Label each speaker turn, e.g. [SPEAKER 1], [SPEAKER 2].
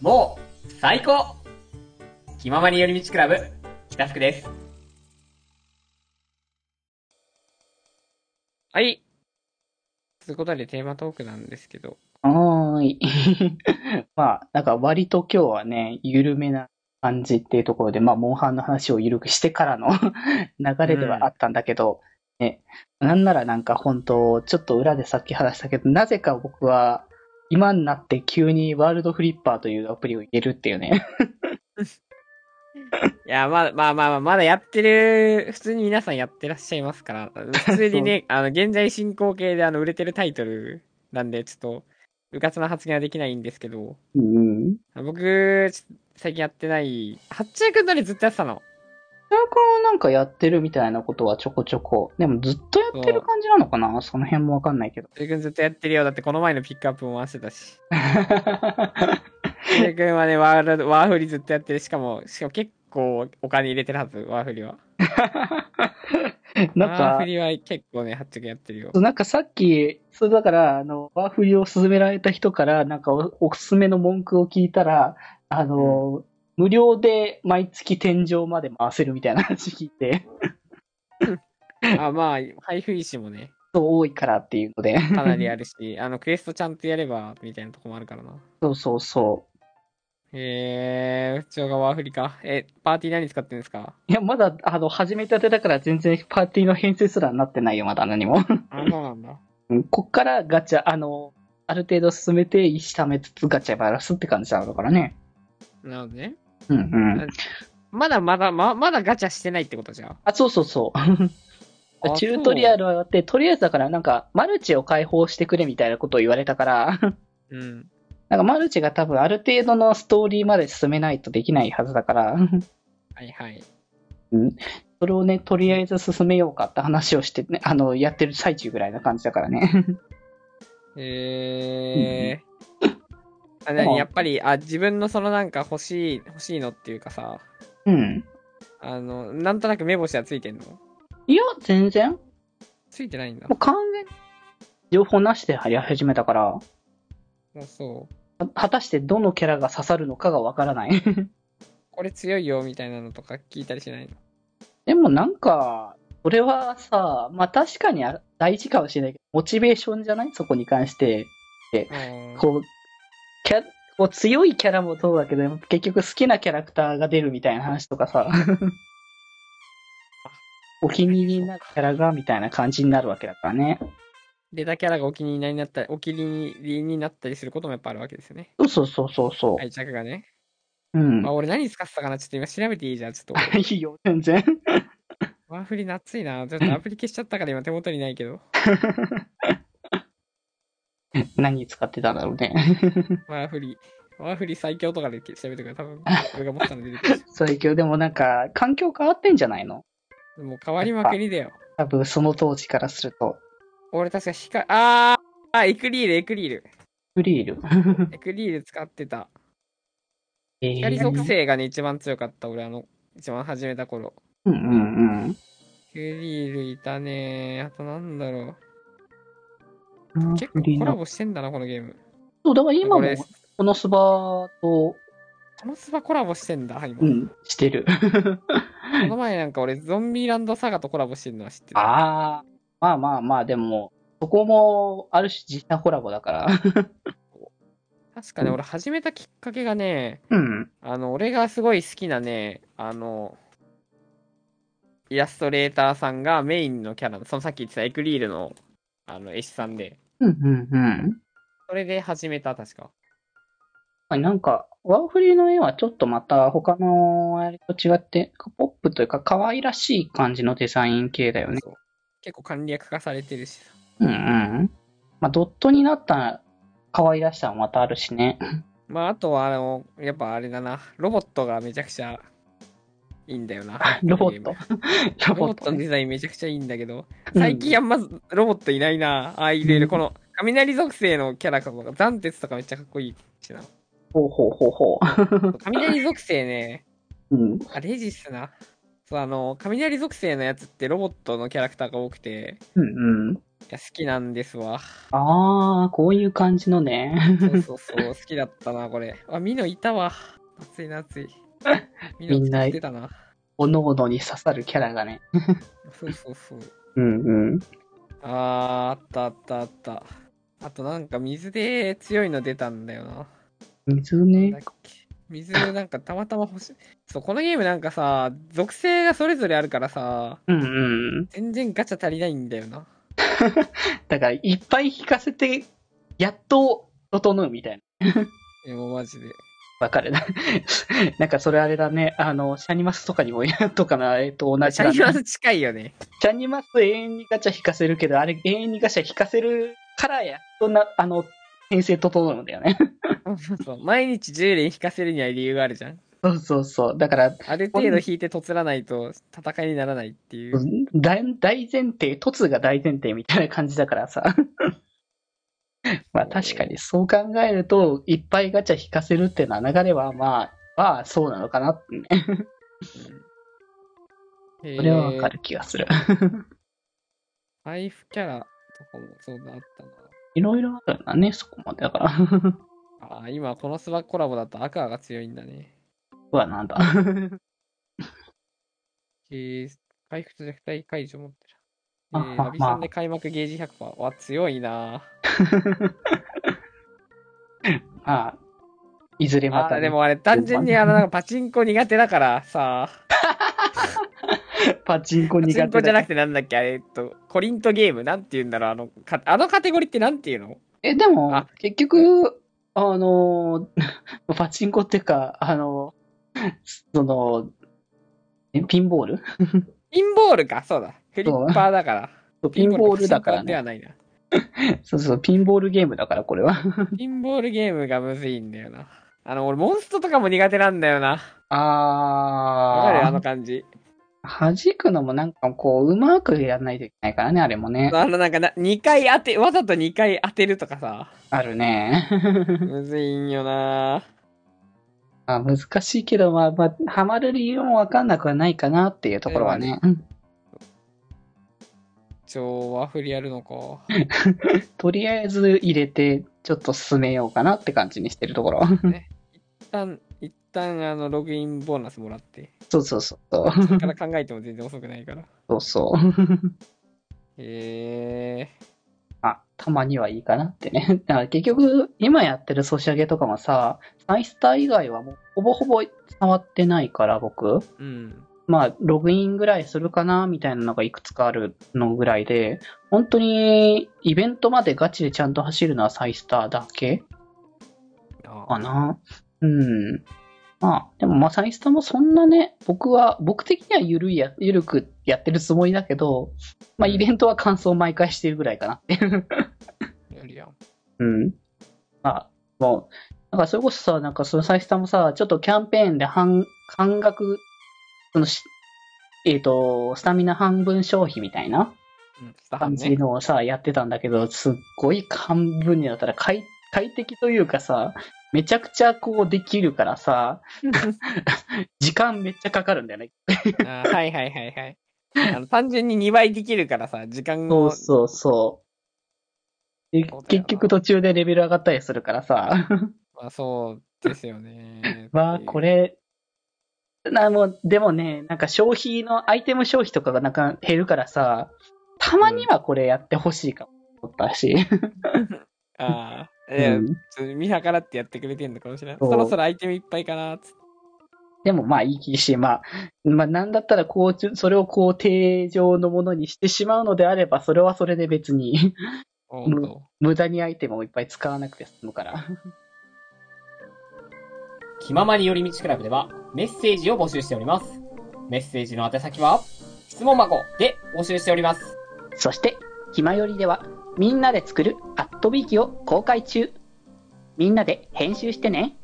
[SPEAKER 1] もう、最高気ままに寄り道クラブ、北福です。
[SPEAKER 2] はい。ということでテーマトークなんですけど、
[SPEAKER 3] はーい。 まあ、なんか割と今日はね、緩めな感じっていうところで、まあ、モンハンの話を緩くしてからの 流れではあったんだけど、ね、なんならなんか本当、ちょっと裏でさっき話したけど、なぜか僕は、今になって急にワールドフリッパーというアプリを入れるっていうね。
[SPEAKER 2] いや、まあまあまあまあ、まだやってる、普通に皆さんやってらっしゃいますから、普通にね、あの、現在進行形であの、売れてるタイトルなんで、ちょっと、うかつな発言はできないんですけど、
[SPEAKER 3] うん。
[SPEAKER 2] 僕、ちょっと最近やってない、八中くんのりずっとやってたの。
[SPEAKER 3] なんかなんかやってるみたいなことはちょこちょこ。でもずっとやってる感じなのかなその辺もわかんないけど。
[SPEAKER 2] 八中くんずっとやってるよ。だってこの前のピックアップも回してたし。八中くんはね、ワールド、ワーフリずっとやってる。しかも、しかも結構お金入れてるはず、ワーフリは。
[SPEAKER 3] なん
[SPEAKER 2] ワー
[SPEAKER 3] か
[SPEAKER 2] フ、リは結構ね、八中くんやってるよ
[SPEAKER 3] そ。うなんかさっき、それだから、あの、ワーフリを勧められた人から、なんかおおすすめの文句を聞いたら、あの、無料で毎月天井まで回せるみたいな話聞いて、
[SPEAKER 2] あまあ、配布石もね、
[SPEAKER 3] そう多いからっていうので。
[SPEAKER 2] かなりある し、あの、クエストちゃんとやれば、みたいなとこもあるからな。
[SPEAKER 3] そうそうそ
[SPEAKER 2] えー、不調がワーフリか。え、パーティー何使ってるんですか
[SPEAKER 3] う。いや、まだ、あの、始めたてだから全然パーティーの編成すらなってないよ、まだ何も。
[SPEAKER 2] あ、そうなんだ。
[SPEAKER 3] うんこっからガチャ、あの、ある程度進めて、石溜めつつガチャバラすって感じなのからね。
[SPEAKER 2] なのでね。
[SPEAKER 3] うんうん。
[SPEAKER 2] まだまだ、ま、まだガチャしてないってことじゃん。
[SPEAKER 3] あ、そうそうそう。
[SPEAKER 2] あ
[SPEAKER 3] チュートリアルあって、とりあえずだからなんか、マルチを解放してくれみたいなことを言われたから、
[SPEAKER 2] うん。
[SPEAKER 3] なんかマルチが多分ある程度のストーリーまで進めないとできないはずだから、
[SPEAKER 2] はいはい。
[SPEAKER 3] それをね、とりあえず進めようかって話をしてね、あの、やってる最中ぐらいな感じだからね。
[SPEAKER 2] えー。あ、
[SPEAKER 3] でも
[SPEAKER 2] 何やっぱり、あ、自分のそのなんか欲しい、欲しいのっていうかさ、
[SPEAKER 3] うん。
[SPEAKER 2] あの、なんとなく目星はついてんの
[SPEAKER 3] いや、全然。
[SPEAKER 2] ついてないんだ
[SPEAKER 3] もう。完全に情報なしでやり始めたから、
[SPEAKER 2] あそう。
[SPEAKER 3] 果たしてどのキャラが刺さるのかがわからない。
[SPEAKER 2] これ強いよ、みたいなのとか聞いたりしないの
[SPEAKER 3] でもなんか、それはさ、まあ確かにあら大事かもしれないけど、モチベーションじゃないそこに関して。
[SPEAKER 2] うん
[SPEAKER 3] こう、キャこう強いキャラもそうだけど、結局好きなキャラクターが出るみたいな話とか さ、お気に入りなキャラがみたいな感じになるわけだからね。
[SPEAKER 2] 出たキャラがお気に入りになったり、お気に入りになったりすることもやっぱあるわけですよね。
[SPEAKER 3] そうそうそうそうそう。
[SPEAKER 2] 愛着がね。
[SPEAKER 3] うん
[SPEAKER 2] あ、。俺何使ってたかなちょっと今調べていいじゃん。ちょっと。
[SPEAKER 3] いいよ、全然。
[SPEAKER 2] ワーフリー夏いな。ちょっとアプリ消しちゃったから今手元にないけど。
[SPEAKER 3] 何使ってたんだろ うね。
[SPEAKER 2] ワーフリー。ワーフリー最強とかで調べてくれ。多分、俺が持ってたの出てく るし。
[SPEAKER 3] それ今日でもなんか、環境変わってんじゃないの
[SPEAKER 2] もう変わりまくりだよ。
[SPEAKER 3] 多分その当時からすると。
[SPEAKER 2] 俺確か光、あーあ、エクリール、エクリール。
[SPEAKER 3] フリール。
[SPEAKER 2] エクリール使ってた。
[SPEAKER 3] えー
[SPEAKER 2] 光属性がね、一番強かった。俺あの、一番始めた頃。
[SPEAKER 3] うんうん
[SPEAKER 2] エクリールいたねあとなんだろ
[SPEAKER 3] うん。
[SPEAKER 2] う。結構
[SPEAKER 3] フリー
[SPEAKER 2] コ
[SPEAKER 3] の
[SPEAKER 2] ラボしてんだな、このゲーム。
[SPEAKER 3] そう、だから今
[SPEAKER 2] こ
[SPEAKER 3] も
[SPEAKER 2] れ
[SPEAKER 3] このスバと、
[SPEAKER 2] このスバコラボしてんだ、今。
[SPEAKER 3] うん、してる。
[SPEAKER 2] この前なんか俺、ゾンビランドサガとコラボしてるのは知ってた。
[SPEAKER 3] ああ、まあまあまあ、でも、そこも、ある種実写コラボだから。
[SPEAKER 2] 確かね、俺始めたきっかけがね、
[SPEAKER 3] うん。
[SPEAKER 2] あの、俺がすごい好きなね、あの、イラストレーターさんがメインのキャラ、そのさっき言ってたエクリールの、あの、絵師さんで、
[SPEAKER 3] うん、うん、うん
[SPEAKER 2] それで始めた、確か。
[SPEAKER 3] はい。なんか、ワーフリーの絵はちょっとまた他のあれと違って、ポップというか可愛らしい感じのデザイン系だよね。
[SPEAKER 2] そう結構簡略化されてるしさ。
[SPEAKER 3] うんうん。まあ、ドットになったら可愛らしさもまたあるしね。
[SPEAKER 2] まあ、あとは、あの、やっぱあれだな、ロボットがめちゃくちゃいいんだよな
[SPEAKER 3] 。ロボット
[SPEAKER 2] このゲーム。
[SPEAKER 3] ロ
[SPEAKER 2] ロ
[SPEAKER 3] ボ
[SPEAKER 2] ボ
[SPEAKER 3] ッ
[SPEAKER 2] ット
[SPEAKER 3] ト
[SPEAKER 2] の
[SPEAKER 3] ね。
[SPEAKER 2] デザインめちゃくちゃいいんだけど、
[SPEAKER 3] うん
[SPEAKER 2] 最近あんまロボットいないな、ああいうレー
[SPEAKER 3] う
[SPEAKER 2] ル、
[SPEAKER 3] ん
[SPEAKER 2] この雷属性のキャラとか、ザンテツとかめっちゃかっこいいしな。
[SPEAKER 3] ほうほうほうほ
[SPEAKER 2] 雷属性ね、
[SPEAKER 3] う。うん。
[SPEAKER 2] あ、レジスな。そう、あの、雷属性のやつってロボットのキャラクターが多くて、
[SPEAKER 3] うんうん。
[SPEAKER 2] や、好きなんですわ。
[SPEAKER 3] ああ、こういう感じのね。
[SPEAKER 2] そうそうそう、好きだったな、これ。あ、ミノいたわ。暑いな、 暑い。ミ
[SPEAKER 3] みん
[SPEAKER 2] ノ
[SPEAKER 3] な
[SPEAKER 2] 作ってたな。
[SPEAKER 3] おのおのに刺さるキャラがね。
[SPEAKER 2] そうそうそう。
[SPEAKER 3] うんうん。
[SPEAKER 2] あー、あったあったあった。あとなんか水で強いの出たんだよな。
[SPEAKER 3] 水
[SPEAKER 2] な
[SPEAKER 3] ね
[SPEAKER 2] ん。だっけ水なんかたまたま欲しい。そう、このゲームなんかさ、属性がそれぞれあるからさ、
[SPEAKER 3] うんうん。
[SPEAKER 2] 全然ガチャ足りないんだよな。
[SPEAKER 3] だから、いっぱい引かせて、やっと、整うみたいな。
[SPEAKER 2] え、もうマジで。
[SPEAKER 3] わかるな。なん か、それあれだね。あの、シャニマスとかにもやっとかな。え っと、同じ
[SPEAKER 2] シ
[SPEAKER 3] だ
[SPEAKER 2] ャ
[SPEAKER 3] ね
[SPEAKER 2] イマス近いよね。
[SPEAKER 3] シャニマス永遠にガチャ引かせるけど、あれ永遠にガチャ引かせるからや、そんな、あの、編成整うんだよね。
[SPEAKER 2] そう毎日10連引かせるには理由があるじゃん。
[SPEAKER 3] そうそうそう。だから、
[SPEAKER 2] ある程度引いてとつらないと戦いにならないっていう。
[SPEAKER 3] 大大前提、凸が大前提みたいな感じだからさ。 まあ確かにそう考えると、いっぱいガチャ引かせるってのは流れはまあ、まあそうなのかなってね。
[SPEAKER 2] え
[SPEAKER 3] それはわかる気がする。
[SPEAKER 2] 配布キャラとかもそうだあったな。
[SPEAKER 3] いろいろあるんだね、そこまで。だから。
[SPEAKER 2] ああ、今このスワコラボだとアクアが強いんだね。
[SPEAKER 3] うわ、 なんだ。
[SPEAKER 2] えー、回復と弱体解除持ってる。え
[SPEAKER 3] あま
[SPEAKER 2] ー、
[SPEAKER 3] あ
[SPEAKER 2] アビさんで開幕ゲージ100%は強いな
[SPEAKER 3] まあ、いずれ
[SPEAKER 2] ぁ。
[SPEAKER 3] ま
[SPEAKER 2] あ
[SPEAKER 3] た、
[SPEAKER 2] ー
[SPEAKER 3] ね、
[SPEAKER 2] でもあれ単純にあのなんかパチンコ苦手だからさ、
[SPEAKER 3] パチンコ
[SPEAKER 2] パ
[SPEAKER 3] 苦手
[SPEAKER 2] チ
[SPEAKER 3] だ
[SPEAKER 2] ンコじゃなくてなんだっけあれ、えっと、コリントゲームなんて言うんだろうあの、かあのカテゴリーってなんて言うの
[SPEAKER 3] え、でも
[SPEAKER 2] あ、
[SPEAKER 3] 結局、あのー、 パチンコっていうか、あのー、その、えピンボール
[SPEAKER 2] ピンボールか、そうだ。フリッパーだから。
[SPEAKER 3] そうピンボールだから
[SPEAKER 2] ピンボールパチンコで
[SPEAKER 3] ね。
[SPEAKER 2] はないな。
[SPEAKER 3] そうそう、ピンボールゲームだから、これは。
[SPEAKER 2] ピンボールゲームがむずいんだよな。あの、俺、モンストとかも苦手なんだよな。わかるあ
[SPEAKER 3] あ
[SPEAKER 2] の感じ。
[SPEAKER 3] ー、弾くのもなんかこう、うまくやらないといけないからね、あれもね。
[SPEAKER 2] あの、なんかな、2回当て、わざと2回当てるとかさ、
[SPEAKER 3] あるね。
[SPEAKER 2] むずいんよな。
[SPEAKER 3] まあ、難しいけど、まあ、まあ、ハマる理由もわかんなくはないかなっていうところはね。うん
[SPEAKER 2] 超ワフリやるのか。
[SPEAKER 3] とりあえず入れて、ちょっと進めようかなって感じにしてるところ。
[SPEAKER 2] 一旦、一旦、あの、ログインボーナスもらって、
[SPEAKER 3] そうそうそうそう。
[SPEAKER 2] それから考えても全然遅くないから。
[SPEAKER 3] そうそう。
[SPEAKER 2] へえ
[SPEAKER 3] あ、たまにはいいかなってね。だから結局、今やってるソシャゲとかもさ、サイスター以外はもうほぼほぼ触ってないから、僕。
[SPEAKER 2] ー。うん。
[SPEAKER 3] まあ、ログインぐらいするかな、みたいなのがいくつかあるのぐらいで、本当に、イベントまでガチでちゃんと走るのはサイスターだけ
[SPEAKER 2] あ
[SPEAKER 3] かな。うん。まあ、でもまあ、サイスターもそんなね、僕は、僕的には緩いや、緩くやってるつもりだけど、まあ、イベントは感想を毎回してるぐらいかなっていう。
[SPEAKER 2] やるやん。
[SPEAKER 3] うん。 まあ、もう、なんかそれこそさ、なんかそのサイスタもさ、ちょっとキャンペーンで半、半額、そのし、えっ、と、スタミナ半分消費みたいな
[SPEAKER 2] うん、スタハン
[SPEAKER 3] 感じ
[SPEAKER 2] ね。
[SPEAKER 3] のをさ、やってたんだけど、すっごい半分になったら快快適というかさ、めちゃくちゃこうできるからさ、 時間めっちゃかかるんだよね。
[SPEAKER 2] あーはいはいはいはい。あの単純に2倍できるからさ、時間
[SPEAKER 3] そう
[SPEAKER 2] を
[SPEAKER 3] そうそう。で
[SPEAKER 2] そうだよな
[SPEAKER 3] 結局途中でレベル上がったりするからさ。
[SPEAKER 2] まあそうですよね。っ
[SPEAKER 3] まあ、
[SPEAKER 2] ていう
[SPEAKER 3] こ。れ、なもうでもね、なんか消費の、アイテム消費とかがなんか減るからさ、たまにはこれやってほしいかも思ったし、
[SPEAKER 2] ああ、
[SPEAKER 3] う
[SPEAKER 2] いや、
[SPEAKER 3] ん
[SPEAKER 2] ちょっと見計らってやってくれてんのかもしれない。
[SPEAKER 3] そ
[SPEAKER 2] そうろそろアイテムいっぱいかなっつって。
[SPEAKER 3] でもまあいいし、まあ、まあなんだったらこうちょ、それをこう定常のものにしてしまうのであれば、それはそれで別に
[SPEAKER 2] おうと
[SPEAKER 3] 無駄にアイテムをいっぱい使わなくて済むから。
[SPEAKER 1] 気ままに寄り道クラブではメッセージを募集しております。メッセージの宛先は、質問箱で募集しております。
[SPEAKER 3] そして、ひまよりでは、みんなで作るアットビーキを公開中。みんなで編集してね。